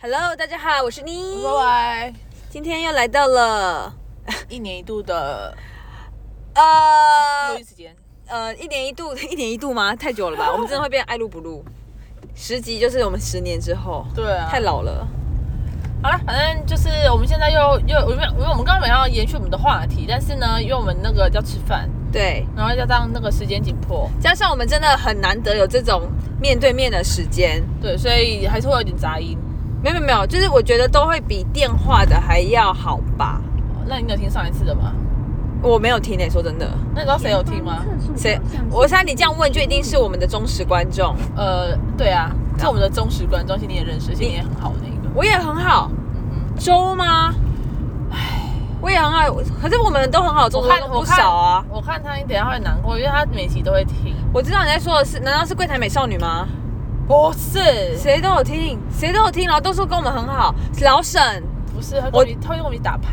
Hello，大家好，我是妮，拜拜！今天又来到了一年一度的呃录音时间，呃一年一度 一年一度吗？太久了 吧，我们真的会变爱录不录。十集就是我们十年之后，对啊太老了。好了，反正就是我们现在又又因为因为我们刚本要延续我们的话题，但是呢，因为我们那个要吃饭，对，然后加上那个时间紧迫，加上我们真的很难得有这种面对面的时间，对，所以还是会有点杂音。没有没有没有，就是我觉得都会比电话的还要好吧。那你有听上一次的吗？我没有听诶、说真的，那你知道谁有听吗？？谁？我猜你这样问就一定是我们的忠实观众，呃，对啊，是我们的忠实观众，而且你也认识，而且你也很好的一个。我也很好，嗯周吗？我也很好，可是我们都很好，周我周看都我不看少啊。我看他，你等一下会难过，因为他每集都会听。我知道你在说的是，难道是柜台美少女吗？不是，谁都有听，谁都有听，然后都说跟我们很好。老沈，不是，他会跟我们他会跟我们一起打牌。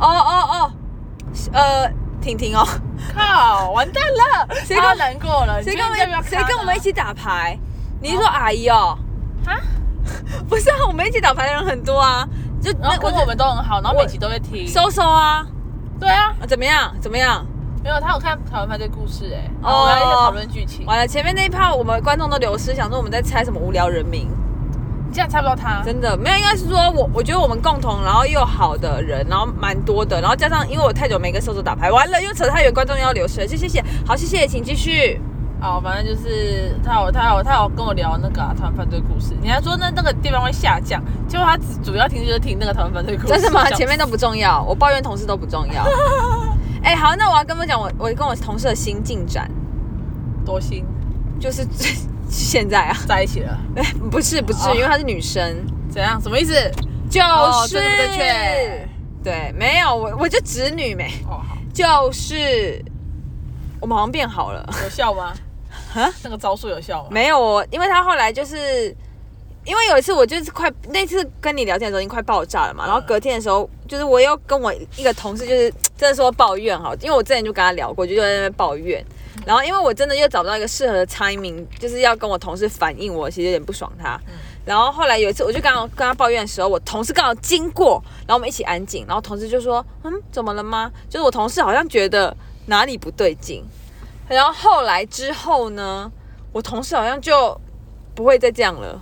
哦哦哦，呃，婷婷哦，靠，完蛋了，谁跟他难过了？谁你跟我今天要哦们不要谁看跟我们一起打牌？你是说阿姨哦？啊？不是啊，我们一起打牌的人很多啊，就然后跟我们都很好，然后我每集都会听。收收啊，对啊，啊怎么样？怎么样？没有他有看《台湾犯罪故事》哎，哦然后我们还在讨论剧情，完了，前面那一趴我们观众都流失，想说我们在猜什么无聊人名。你竟然猜不到他，真的没有，应该是说我我觉得我们共同，然后又有好的人，然后蛮多的，然后加上因为我太久没跟瘦瘦打牌，完了又扯太远，观众又要流失了，就谢谢，好谢谢，请继续。哦，反正就是他有他有他有跟我聊那个啊《台湾犯罪故事》，你还说那那个地方会下降，结果他只主要听就是听那个《台湾犯罪故事》。真的吗？ 这样前面都不重要，我抱怨同事都不重要。哎、好，那我要跟我讲我我跟我同事的新进展，多心就是现在啊， 在一起了，不是不是，哦因为她是女生，怎样？什么意思？就是、哦正不正确对，没有我我就直女没，哦，好，就是我们好像变好了。有 效吗？那个招数有效吗？没有我，因为他后来就是，因为有一次我就是快那次跟你聊天的时候已经快爆炸了嘛，然后隔天的时候就是我又跟我一个同事就是真的说抱怨哈，因为我之前就跟他聊过，就在那边抱怨，然后因为我真的又找不到一个适合的 timing，就是要跟我同事反映我其实有点不爽他，然后后来有一次我就刚好跟他抱怨的时候，我同事刚好经过，然后我们一起安静，然后同事就说嗯怎么了吗？就是我同事好像觉得哪里不对劲，然后后来之后呢？我同事好像就不会再这样了，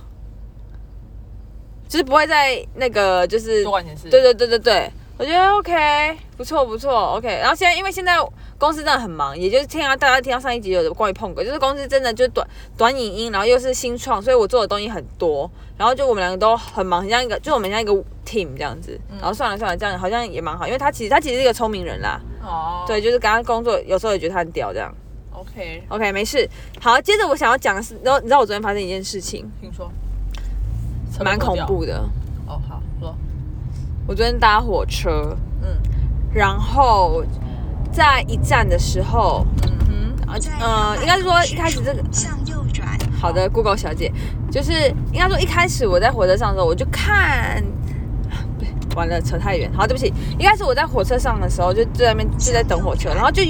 就是不会再那个，就是多管闲事。对对对对对，我觉得 OK，不错不错 OK。然后现在因为现在公司真的很忙，也就是听到大家听到上一集有关于碰哥，就是公司真的就是短短影音，然后又是新创，所以我做的东西很多，然后就我们两个都很忙，很像一个就我们很像一个 team 这样子。然后算了算了，这样好像也蛮好，因为他其实他其实是一个聪明人啦，哦，对，就是跟他工作有时候也觉得他很屌这样。 ，OK， OK，没事。好，接着我想要讲的是，然后你知道我昨天发生一件事情，听说蛮恐怖的。哦，好说，我昨天搭火车，嗯然后在一站的时候，嗯哼，啊呃，应该是说一开始这个向右转，好的，Google 小姐，就是应该说一开始我在火车上的时候，我就看，不对，完了，扯太远。好，对不起，一开始我在火车上的时候，就就在那边就在等火车，然后就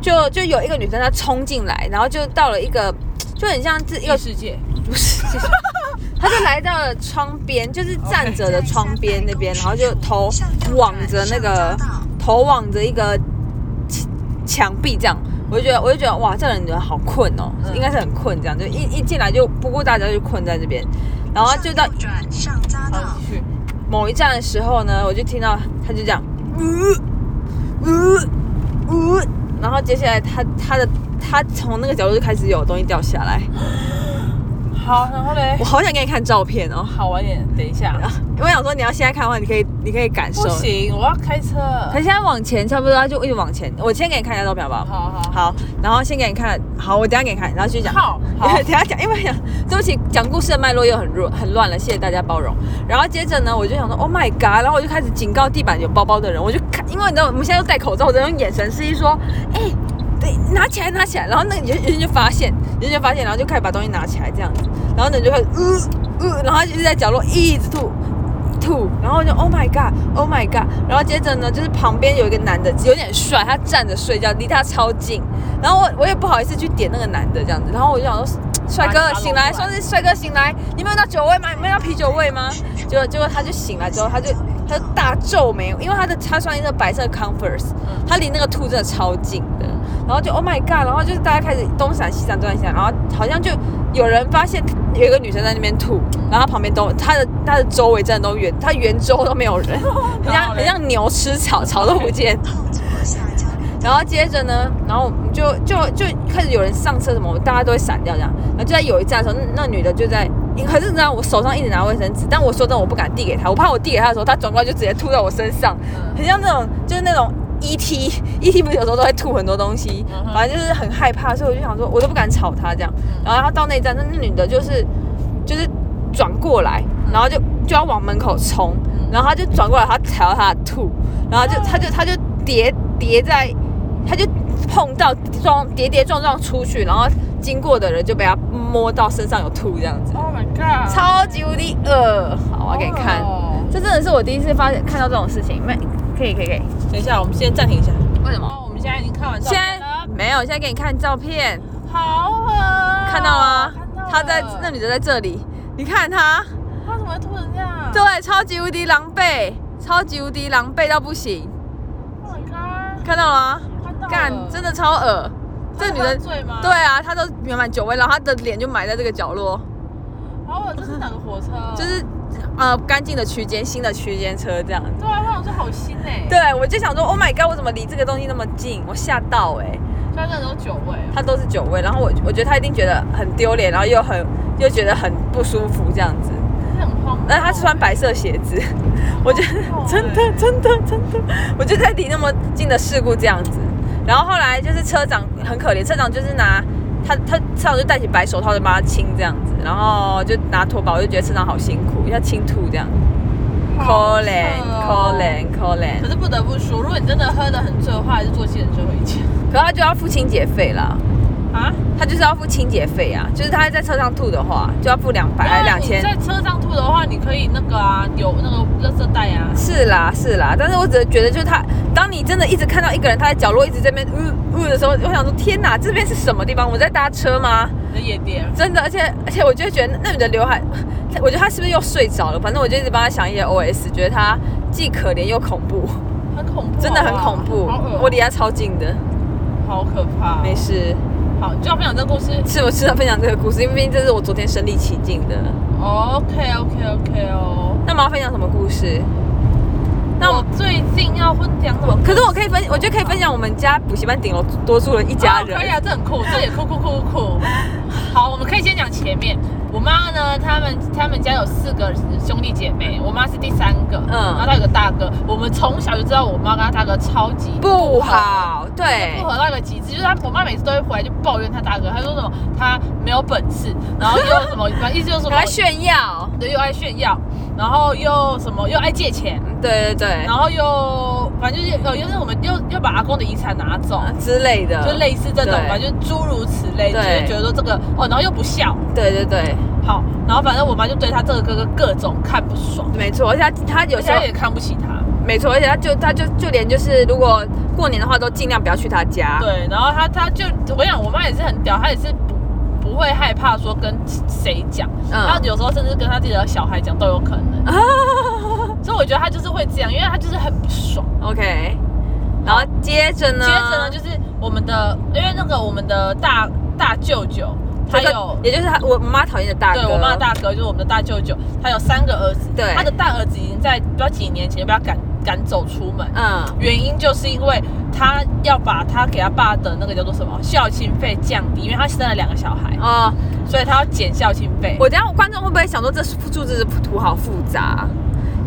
就就有一个女生她冲进来，然后就到了一个，就很像是一个异世界，不是，就是他就来到了窗边，就是站着的呃窗边那边，然后就头往着那个头往着一个墙墙壁这样，我就觉得我就觉得哇，这人人好困哦，嗯应该是很困这样，就一一进来就不顾大家就困在这边，然后就到转上匝好啊道继，续，某一站的时候呢，我就听到他就这样，呜呜呜，然后接下来他他的他从那个角度就开始有东西掉下来，好，然后嘞我，好想给你看照片哦。好晚点，等 一下，我想说，你要现在看的话，你可以，你可以感受。不行，我要开车，可是现在往前差不多，它就一直往前。我先给你看一下照片，好不好？好好，好，然后先给你看，好，我等一下给你看，然后继续讲。好好等一下讲，因为讲 对不起，讲故事的脉络又很弱很乱了，谢谢大家包容。然后接着呢，我就想说，Oh my god！然后我就开始警告地板有包包的人，我就看，因为你知道我们现在都戴口罩，我在用眼神示意说，哎、对，拿起来，拿起来。然后那个人人就发现，人就发现，然后就开始把东西拿起来这样子。然后呢，你就开始，呃呃，然后他就一直在角落一直吐，吐，然后我就 Oh my God，Oh my God，然后接着呢，就是旁边有一个男的有点帅，他站着睡觉，离他超近，然后我我也不好意思去点那个男的这样子，然后我就想说，帅把哥他醒弄来，过说来是帅哥醒来，你没有到酒味吗？你没有到啤酒味吗？结果结果他就醒来之后，他就他就大皱眉，因为他的他穿一个白色 Converse，嗯他离那个兔真的超近的，然后就 Oh my God，然后就是大家开始东闪西闪东闪西闪，然后好像就有人发现有一个女生在那边吐，然后她旁边都她的她的周围真的都远，她圆周都没有人， 很然像后嘞很像牛吃草，草都不见。后左下交流道然后接着呢，然后我们就就就开始有人上车什么，大家都会闪掉这样。然后就在有一站的时候，那那女的就在，可是你知道我手上一直拿卫生纸，但我说真的我不敢递给她，我怕我递给她的时候，她转过来就直接吐在我身上，嗯很像那种就是那种 E ET ET 不是有时候都会吐很多东西嗯，哼反正就是很害怕，所以我就想说我都不敢吵她这样。嗯然后她到那一站，那那女的就是就是转过来，然后就就要往门口冲，嗯然后她就转过来，她踩到她的吐，然后就她就她就叠叠在，她就碰到撞跌跌撞撞出去，然后经过的人就被她摸到身上有吐这样子， Oh my god！超级无敌恶，好，我要给你看，哦这真的是我第一次发现看到这种事情，没可以可以可以，等一下，我们先暂停一下。为什么？哦，我们现在已经看完照现片在了，没有，现在给你看照片，好恶哦看到嗯吗？她在那里，女的在这里，你看她，他怎么会吐成这样？对，超级无敌狼狈，超级无敌狼狈到不行， ，Oh my god！看到了吗？看到了干，真的超恶。这女的她是犯罪吗？对，啊，她都满满酒味，然后她的脸就埋在这个角落，好哦恶，这是哪个火车？就是呃干净的区间，新的区间车这样。对啊，那我说好新哎，，对，我就想说，Oh my god，我怎么离这个东西那么近？我吓到哎、欸，虽然那种酒味啊，她都是酒味，然后我我觉得她一定觉得很丢脸，然后又很又觉得很不舒服这样子。但是很荒谬。但呃是她穿白色鞋子， 我觉得哦真的真的真的，我就在离那么近的事故这样子。然后后来就是车长很可怜，车长就是拿他他车长就戴起白手套就帮他清这样子，然后就拿拖把，我就觉得车长好辛苦，要清吐这样。好可扯怜可哦怜可怜，可是不得不说，如果你真的喝得很醉的话，还是坐计程车回家可他就要付清洁费啦，啊。他就是要付清洁费啊，就是他在车上吐的话就要付两百两千啊你。在车上吐的话，你可以那个啊，有那个垃圾袋啊。是啦是啦，但是我只是觉得，就是他，当你真的一直看到一个人他在角落一直在那边嗯嗯的时候，我想说天哪，这边是什么地方？我在搭车吗？你的夜店，真的，而且而且我就觉得那女的刘海，我觉得她是不是又睡着了？反正我就一直帮她想一些 OS，觉得她既可怜又恐怖，很恐怖，真的很好不好恐怖好恶。我离她超近的，好可怕、没。事，好，就要分享这个故事。是我是要分享这个故事，因为毕竟这是我昨天身临其境的。 OK OK OK 哦。那我们要分享什么故事？那我我们。最近要分享什么？可是我可以分，我觉得可以分享我们家补习班顶楼多住了一家人。哦可以啊，这很酷，这也酷酷酷酷酷。好，我们可以先讲前面。我妈呢，他们他们家有四个兄弟姐妹，我妈是第三个，嗯，然后她有个大哥。我们从小就知道我妈跟她大哥超级不好，对不，合到一个极致，就是他我妈每次都会回来就抱怨她大哥，她说什么他没有本事，然后又什么，反正意思就是什很么 爱炫耀，对又爱炫耀，然后又什么又爱借钱，对对对然，后又反正就是呃又是我们又又把阿公的遗产拿走，之类的，就类似这种对，反正就诸如此类，就对是觉得说这个哦，然后又不孝，对对对，好，然后反正我妈就对他这个哥哥各种看不爽，没错。而且他他有而且时她候也看不起他。没错，而且他就他就就连就是如果过年的话，都尽量不要去他家。对，然后他他就我跟你讲，我妈也是很屌，她也是不不会害怕说跟谁讲，嗯她有时候甚至跟她自己的小孩讲都有可能，所以我觉得她就是会这样，因为她就是很不爽。 ，OK。然后接着呢，接着呢，就是我们的，因为那个我们的大大舅舅，他这个有。也就是他我妈讨厌的大哥，对我妈的大哥就是我们的大舅舅，他有三个儿子，对他的大儿子已经在不知道几年前就被他赶赶走出门，嗯，原因就是因为他要把他给他爸的那个叫做什么孝亲费降低，因为他生了两个小孩，哦，所以他要减孝亲费。我等一下观众会不会想说这数字图好复杂？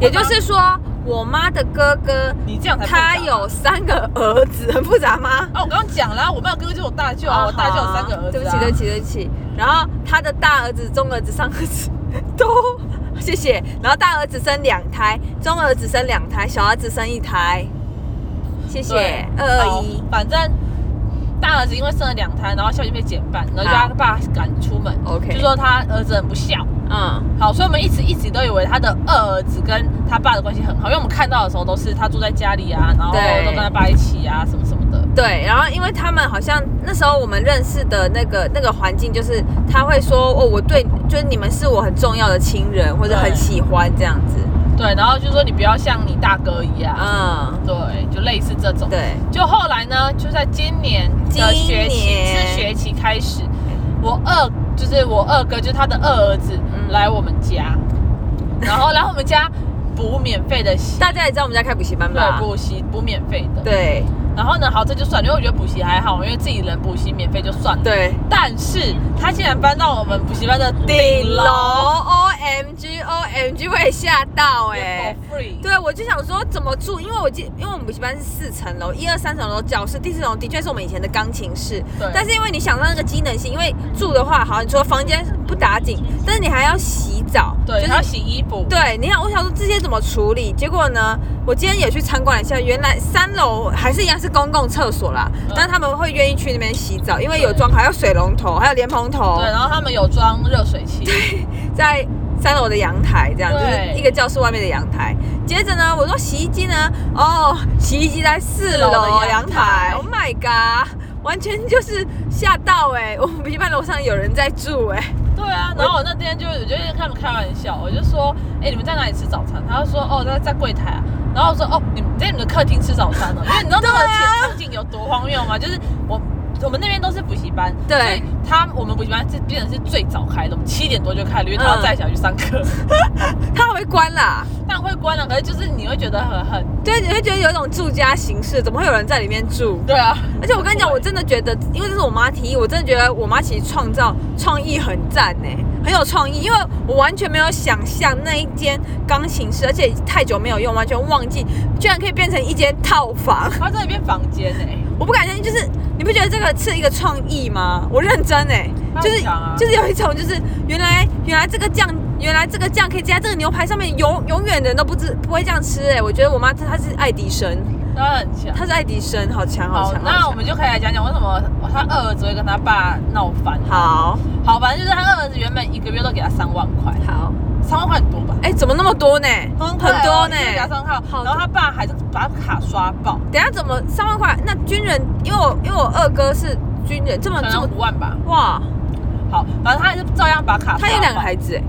也就是说，我妈的哥哥你这样才复杂他有三个儿子，很复杂吗？啊，我刚刚讲啦，我妈有哥哥就是我大舅啊，我大舅有三个儿对子、啊。不起，对不，起，对不起。然后他的大儿子、中儿子、上儿子都 谢谢。然后大儿子生两胎，中儿子生两胎，小儿子生一胎。谢谢对，二二一好。反正大儿子因为生了两胎，然后孝心被减半，然后就好他爸赶出门 OK 就说他儿子很不孝。嗯，好，所以我们一直一直都以为他的二儿子跟他爸的关系很好，因为我们看到的时候都是他住在家里啊，然后对都跟他爸一起啊，什么什么的。对。然后因为他们好像那时候我们认识的那个那个环境，就是他会说哦，我对，就是你们是我很重要的亲人，或者很对喜欢这样子。对，然后就说你不要像你大哥一样，嗯，对，就类似这种。对，就后来呢，就在今年的学今期年是学期开始，我二就是我二哥，就是他的二儿子、嗯来我们家，然后来我们家补免费的习，大家也知道我们家开补习班对，吧？补习补免费的。对然后呢，好，这就算了，因为我觉得补习还好，因为自己人补习免费就算了。。对，但是他竟然搬到我们补习班的顶顶楼楼， O M G O M G，我也吓到哎、 for free。对，我就想说怎么住，因为我记，因为我们补习班是四层楼，一二三层楼教室，第四层楼的确是我们以前的钢琴室。对但是因为你想到那个机能性，因为住的话，好，你说房间不打紧，但是你还要洗澡，对，就然后是。洗衣服。对，你想，我想说这些怎么处理？结果呢，我今天也去参观了一下，原来三楼还是一样是公共厕所啦，嗯但他们会愿意去那边洗澡，因为有对装，还有水龙头，还有莲蓬头。对，然后他们有装热水器。在三楼的阳台，这样就对是一个教室外面的阳台。接着呢，我说洗衣机呢，哦，洗衣机在四楼四楼的的阳阳台台，Oh my god，完全就是吓到哎、 我们补习班楼上有人在住哎、对啊，然后我那天就我就跟他们开玩笑，我就说，哎、你们在哪里吃早餐？他就说，哦，在在柜台啊。然后我说，哦，你们在你们的客厅吃早 餐呢、哦因为你知道那个啊前场景有多荒谬吗？就是我我们那边都是补习班，对所以他我们补习班是变成是最早开的，我们七点多就开了，因为他嗯要载小孩去上课， 他还会关啦，但会关啊了，可是就是你会觉得很很对，你会觉得有一种住家形式，怎么会有人在里面住？对啊，而且我跟你讲，我真的觉得，因为这是我妈提议，我真的觉得我妈其实创造创意很赞呢、很有创意。因为我完全没有想象那一间钢琴室，而且太久没有用，完全忘记，居然可以变成一间套房。他在里边房间哎、我不敢相信，就是你不觉得这个是一个创意吗？我认真哎、她就很是强啊就是有一种就是原来原来这个酱原来这个酱可以加在这个牛排上面，永永远的人都不知不会这样吃哎、我觉得我妈她她是爱迪生，他很强。她是爱迪生，好强好好强，。那好我们就可以来讲讲为什么他二儿子会跟他爸闹翻。强好好，反正就是他二儿子原本一个月都给他三万块，好。三万块很多吧？哎、怎么那么多呢？快哦多呢一个月给他三万好块，然后他爸还是把卡刷爆，等一下怎么三万块？那军人，因为我因为我二哥是军人，这么可这能么五万吧。哇，好，反正他还是照样把卡刷爆。他有两个孩子哎、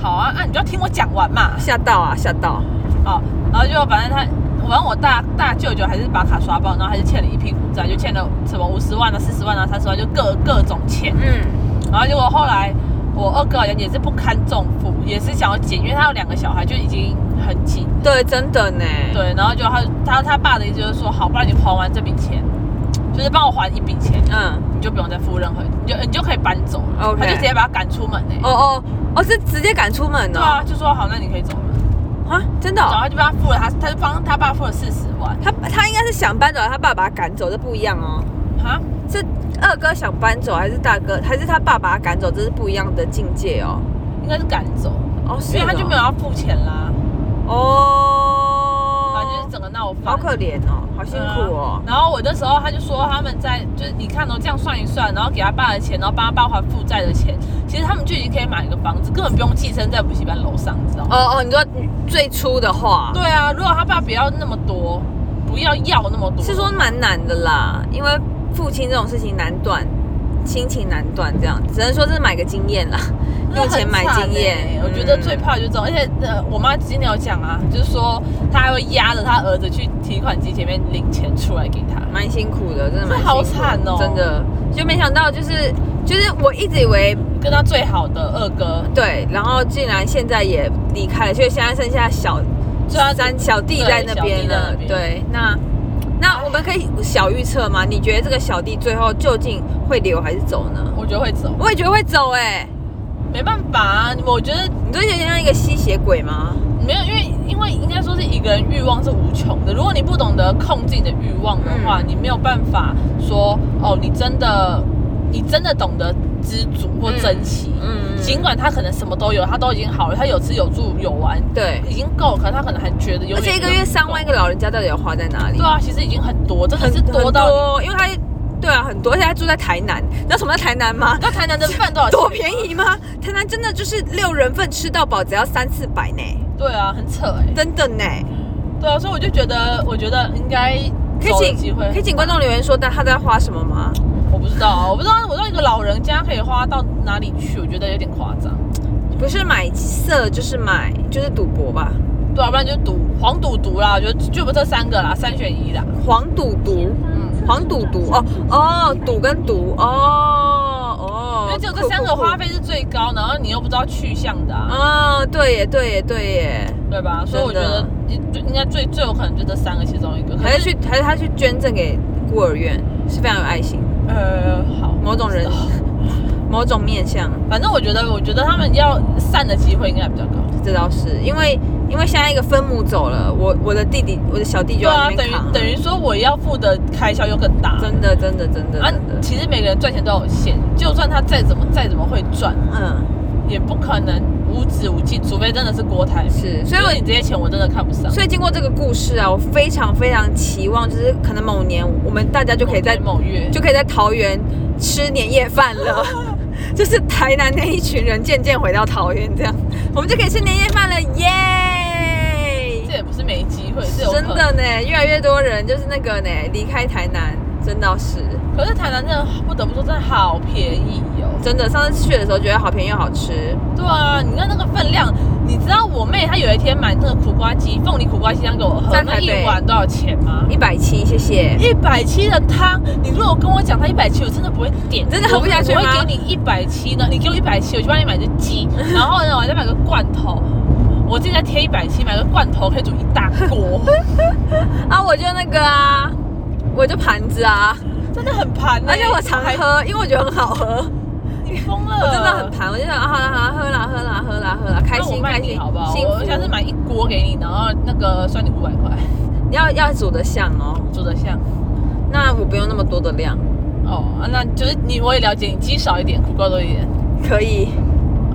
好啊，那、你就要听我讲完嘛。吓到啊吓到！好，然后就反正他，反正我大大舅舅还是把卡刷爆，然后还是欠了一屁股债，就欠了什么五十万啊、四十万啊、三十万，就各各种欠。嗯，然后结果后来我二哥好像也是不堪重负，也是想要减，因为他有两个小孩就已经很紧。对，真的呢。，对，然后就他他他爸的意思就是说，好，不然你还完这笔钱，就是帮我还一笔钱，嗯，你就不用再付任何，你就你就可以搬走了。 OK 他就直接把他赶出门呢、欸。哦哦哦，是直接赶出门对哦。啊，就说好，那你可以走了。啊，真的然后哦、他就帮他付了，他他就帮他爸付了四十万。他他应该是想搬走，他爸把他赶走，这不一样哦。哈，是二哥想搬走，还是大哥，还是他爸把他赶走？这是不一样的境界哦。应该是赶走，哦，是因为他就没有哦要付钱啦。哦，反正就是整个闹翻。好可怜哦，好辛苦哦。然后我那时候他就说他们在就是你看哦，这样算一算，然后给他爸的钱，然后帮他爸还负债的钱，其实他们就已经可以买一个房子，根本不用寄生在补习班楼上，你知道吗？哦哦，你说最初的话，对啊，如果他爸不要那么多，不要要那么多，嗯是说蛮难的啦，因为父亲这种事情难断，亲情难断，这样只能说是买个经验啦，用那很惨钱买经欸验。我觉得嗯最怕就是这种，而且呃，我妈今天有讲啊，就是说她还会压着她儿子去提款机前面领钱出来给他。蛮辛苦的，真的蛮辛苦的这好惨哦真的就没想到就是就是我一直以为跟他最好的二哥，对，然后竟然现在也离开了，所以现在剩下小虽然三小弟对在那边了小弟在那。边对，那那我们可以小预测吗？你觉得这个小弟最后究竟会留还是走呢？我觉得会走，我也觉得会走哎、没办法啊，我觉得你就有点像一个吸血鬼吗？没有，因为因为应该说是一个人欲望是无穷的。如果你不懂得控制你的欲望的话，嗯你没有办法说哦，你真的你真的懂得知足或珍惜。嗯，尽管他可能什么都有，他都已经好了，他有吃有住有玩，对，已经够了。可能他可能还觉得有，而且一个月三万，一啊个个老人家到底要花在哪里？对啊，其实已经很多，真的是很多到多，因为他对啊，很多，而且他住在台南。你知道什么叫台南吗 你？知道台南的饭多少钱？多便！宜吗？台南真的就是六人份吃到饱，只要三四百呢，对啊，很扯哎、真的呢。对啊，所以我就觉得，我觉得应该可找以有机请会可以请观众留言说，但他在花什么吗？我不知道啊，我不知道，我知道一个老人家可以花到哪里去，我觉得有点夸张。不是买色就是买就是赌博吧，对啊，不然就赌黄赌毒啦，我觉得就不这三个啦，三选一啦。黄赌毒，嗯，黄赌毒哦哦，赌跟毒哦哦，因为只有这三个花酷费是最高，然后你又不知道去向的酷酷啊，啊，对耶对耶对耶，对吧？所以我觉得就应该最最有可能就这三个其中一个。还是去还是他去捐赠给孤儿院，是非常有爱心，呃好，某种人哦某种面相，反正我觉得，我觉得他们要散的机会应该比较高。这倒是因为因为现在一个分母走了，我我的弟弟我的小弟就对要啊，那等边于扛了，等于说我要付的开销又更大。真的真的真的啊真，的，其实每个人赚钱都有限，就算他再怎么再怎么会赚，嗯。也不可能无止无尽，除非真的是郭台铭。是所以我就是你这些钱我真的看不上。所以经过这个故事啊，我非常非常期望，就是可能某年我们大家就可以在某月就可以在桃园吃年夜饭 了，就是台南那一群人渐渐回到桃园这样，我们就可以吃年夜饭了，耶！这也不是没机会，这有可真能。的呢，越来越多人就是那个呢离开台南，真的是可是台南真的不得不说，真的好便宜哦。真的。上次去的时候觉得好便宜又好吃，对啊，你看那个分量，你知道我妹她有一天买那个苦瓜鸡，凤梨苦瓜鸡汤给我喝，在那台一北碗多少钱吗？一百七，谢谢。一百七的汤，你如果跟我讲它一百七，我真的不会点，真的喝不下去我吗会我会给你一百七呢，你给我一百七，我去帮你买只 鸡，然后呢，我再买个罐头，我自己再贴一百七，买个罐头可以煮一大 锅，啊，我就那个啊，我就盘子啊，真的很盘、欸。而且我常嗯还，嗯喝，因为我觉得很好喝。你疯了，我真的很盘，我就想啊，好啦好啦，喝啦喝啦喝啦喝啦，开那我心卖开你心，好不好？幸福我。下次买一锅给你，然后那个算你五百块，你要要煮的像哦，煮得像。那我不用那么多的量，哦，啊那就是你，我也了解你，鸡少一点，苦瓜多一点，可以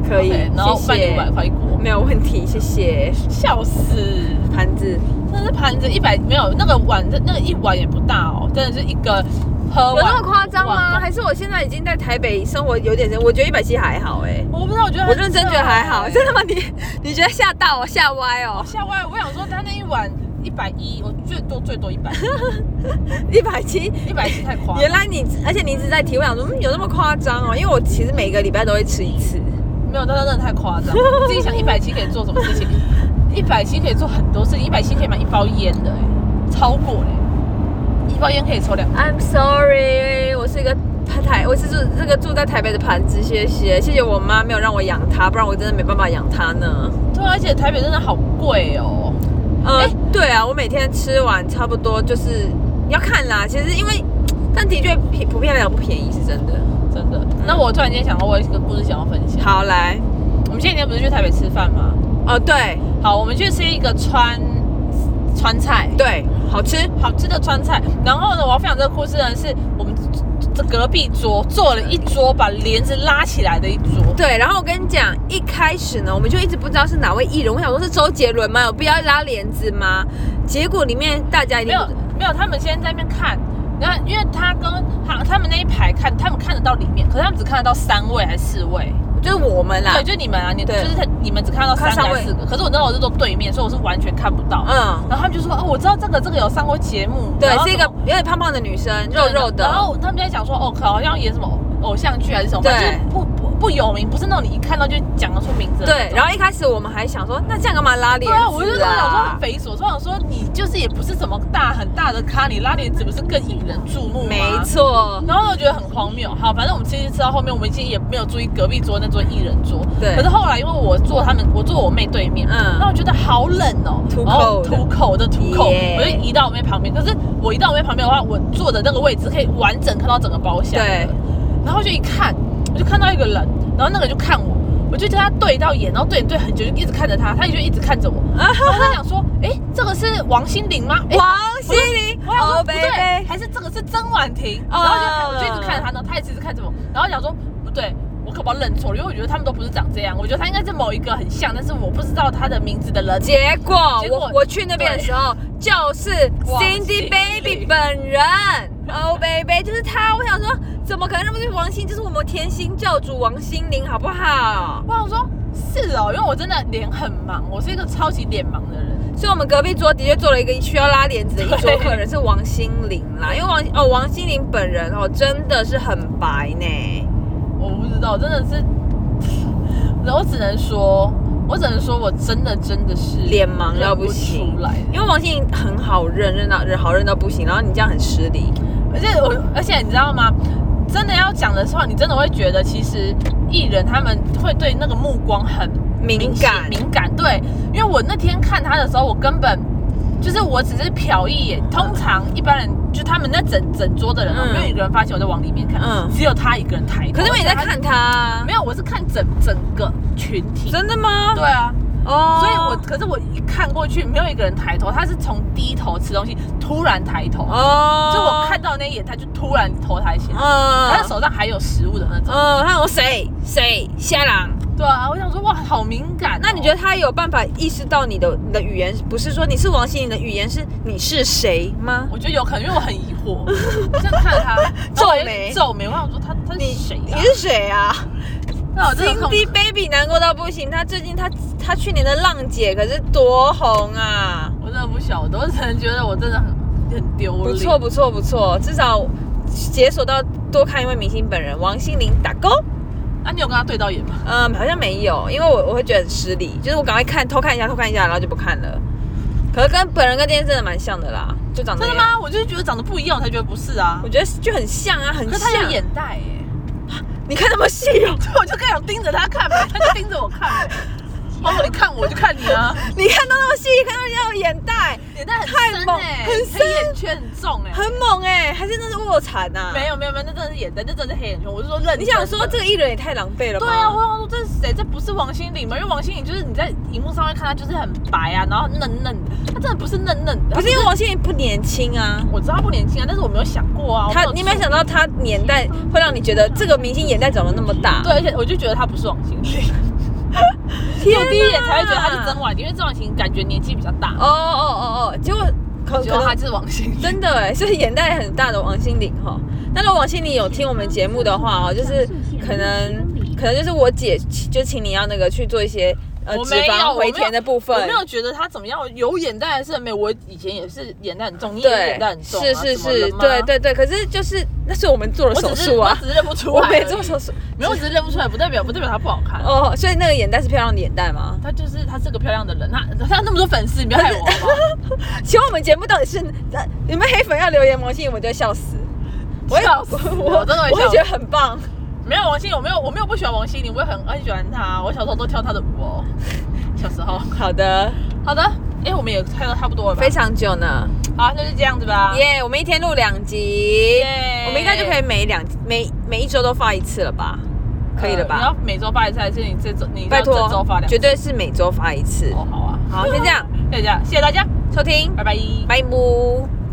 可以 OK，然后谢卖你五百谢，块一锅，没有问题，谢谢笑死。盘子。但是盘子一百没有那个碗，那个一碗也不大哦，真的是一个喝有完那么夸张吗？碗还是我现在已经在台北生活有点时间，我觉得一百七还好哎、我不知道，我觉得啊我认真觉得还好，真的的吗？你你觉得吓到我吓歪哦？吓歪了。我想说他那一碗一百一，我最多最多 一百，一百七，一百是太夸原张。来你而且你一直在提，我想说、嗯、有那么夸张哦？因为我其实每个礼拜都会吃一次。没有，但是真的太 夸张。自己想一百七可以做什么事情？一百七可以做很多事情，一百七可以买一包烟的、欸，超过嘞、一包烟可以抽两。 I'm sorry，我是一个台，我是住这个住在台北的盘子，谢谢谢谢我妈没有让我养它，不然我真的没办法养它呢。对啊，而且台北真的好贵哦、呃，哎对啊，我每天吃完差不多就是要看啦，其实因为，但的确便普遍来讲不便宜是真的。真的。嗯那我突然间想到，我有一个故事想要分享。好来，我们前几天不是去台北吃饭吗？哦对好，我们去吃一个川川菜，对，好吃，好吃的川菜。然后呢，我要分享这个故事呢，是我们这隔壁桌坐了一桌，把帘子拉起来的一桌。对。然后我跟你讲，一开始呢，我们就一直不知道是哪位艺人，我想说是周杰伦吗？有必要拉帘子吗？结果里面大家一没定有没有，他们先在那边看，然后因为他跟他他们那一排看，他们看得到里面，可是他们只看得到三位还是四位？就是我们啦对，，就你们啊，你就对是他你们只看到三看三个还位是四个，可是我那时候是坐对面，所以我是完全看不到。嗯，然后他们就说：“哦，我知道这个这个有上过节目，对然，后是一什个么有点胖胖的女生，肉肉的。然后他们就在想说，哦，可好像演什么偶像剧还是什么，对反正就是不不不有名，不是那种你一看到就讲得出名字的那对种。，然后一开始我们还想说，那这样干嘛拉帘对子啊，我就真的想说很匪夷所思，我想说你就是也不是什么大很大的咖，你拉帘子不是更引人注目吗？没。错，然后我觉得很荒谬。好，反正我们其实吃到后面，我们已经也没有注意隔壁桌那桌一人桌。对可是后来因为我坐他们，我坐我妹对面，嗯那我觉得好冷哦，吐然后口的吐口的吐口，耶我就移到我妹旁边。可是我移到我妹旁边的话，我坐的那个位置可以完整看到整个包厢。对，然后就一看，我就看到一个人，然后那个人就看我，我就跟他对到眼，然后对眼对很久，就一直看着他，他就一直看 着我。然后他想说，哎，这个是王心凌吗？诶王心凌哎我想说哦不对， ，baby，还是这个是曾婉婷，哦然后就我就一直看着他呢，他也一直看着我，然后想说不对，我可不好认错了，因为我觉得他们都不是长这样，我觉得他应该是某一个很像，但是我不知道他的名字的人。结果结果我我去那边的时候，就是哇 Cindy Baby 本人，Oh baby，就是他。我想说，怎么可能那么是王心？就是我们甜心教主王心凌，好不好？我想说，是哦，因为我真的脸很忙，我是一个超级脸盲的人。所以我们隔壁桌的确做了一个需要拉帘子的一桌客人是王心凌 啦，因为王哦王心凌本人哦真的是很白呢。我不知道，真的是， 我只能说，我只能说我真的真的是脸盲到不行认出来的。因为王心凌很好认，认到人好认到不行，然后你这样很失礼。而且我，而且你知道吗？真的要讲的话，你真的会觉得，其实艺人他们会对那个目光很敏感明细敏感。对，因为我那天看他的时候，我根本就是我只是瞟一眼。通常一般人就他们那整整桌的人哦，嗯没有一个人发现我在往里面看，嗯只有他一个人抬头。可是我也在看他啊，没有，我是看整整个群体。真的吗？对啊，哦，所以我可是我一看过去，没有一个人抬头，他是从低头吃东西突然抬头，哦，就我看到那一眼，他就突然头抬起来。嗯，他的手上还有食物的那种。嗯，他我谁谁瞎狼？对啊，我想说哇，好敏感哦、那你觉得他有办法意识到你的你的语言不是说你是王心凌的语言是你是谁吗？我觉得有可能，因为我很疑惑，我这样看他皱眉 皱眉，我想说他他是谁你啊？是谁啊那我真的看不？Cindy Baby 难过到不行，他最近他他去年的浪姐可是多红啊！我真的不晓得，我只能觉得我真的很很丢脸。不错不错不错，至少解锁到多看一位明星本人王心凌打勾。啊，你有跟他对到眼吗？嗯，好像没有，因为我我会觉得很失礼，就是我赶快看偷看一下偷看一下，然后就不看了。可是跟本人跟电视真的蛮像的啦，就长得真的吗？我就是觉得长得不一样，我才觉得不是啊我。觉得就很像啊，很可像。是他有眼袋耶、你看那么细哦，所以 我就更想盯着他看呗，他就盯着我看呗。 哦，你看我，我就看你啊，你看到那么细，看到人家有眼袋， 眼袋很太深猛哎、很深眼圈很重哎、很猛哎、还是那是卧蚕呐？没，有没有没有，那真的是眼袋，那真的是黑眼圈。我是说认真的。你想说这个艺人也太狼狈了吧？对啊，我想说这是谁？这不是王心凌吗？因为王心凌就是你在荧幕上面看她就是很白啊，然后嫩嫩的，她真的不是嫩嫩的。不是因为王心凌不年轻啊，我知道她不年轻啊，但是我没有想过啊。他我你有没有注想到他年代会让你觉得这个明星眼袋怎么那么大？对，而且我就觉得她不是王心凌，天我哪，第一眼才会觉得她是曾婉婷，因为曾婉婷感觉年纪比较大，哦哦哦哦，结果可结果可她能就是王心凌。真的哎、是眼袋很大的王心凌哈。那如果王心凌有听我们节目的话哦，就是可能可能就是我姐就请你要那个去做一些呃我脂没有肪我没回有填的部分我没。有觉得她怎么样，有眼袋还是没有。我以前也是眼袋很重，你也对眼袋，很重、啊，是是怎么了是，吗对。对对。可是就是那是我们做了我手只是术我啊，只是认不出来 我而已，没做手术没有，我只是认不出来，不代表不代表她不好看。哦，所以那个眼袋是漂亮的眼袋吗？她就是她是个漂亮的人，她她那么多粉丝，你不要害我好不好？请问我们节目到底是呃你们黑粉要留言魔性，我就会笑死。 我也笑死我我真的会我会笑觉得很棒。没有王心凌，我没有我没有不喜欢王心凌，我也很很喜欢她。我小时候都跳她的舞哦，小时候。好的，好的，哎、我们也看到差不多了吧？非常久呢，好，那就这样子吧。耶、我们一天录两集耶我们应该就可以每两每每一周都发一次了吧？可以了呃你要吧？每周发一次，还是你这周你拜这托周发，两次？绝对是每周发一次。哦，好啊，好，先这样，就这样，谢谢大家，收听，拜拜。拜拜。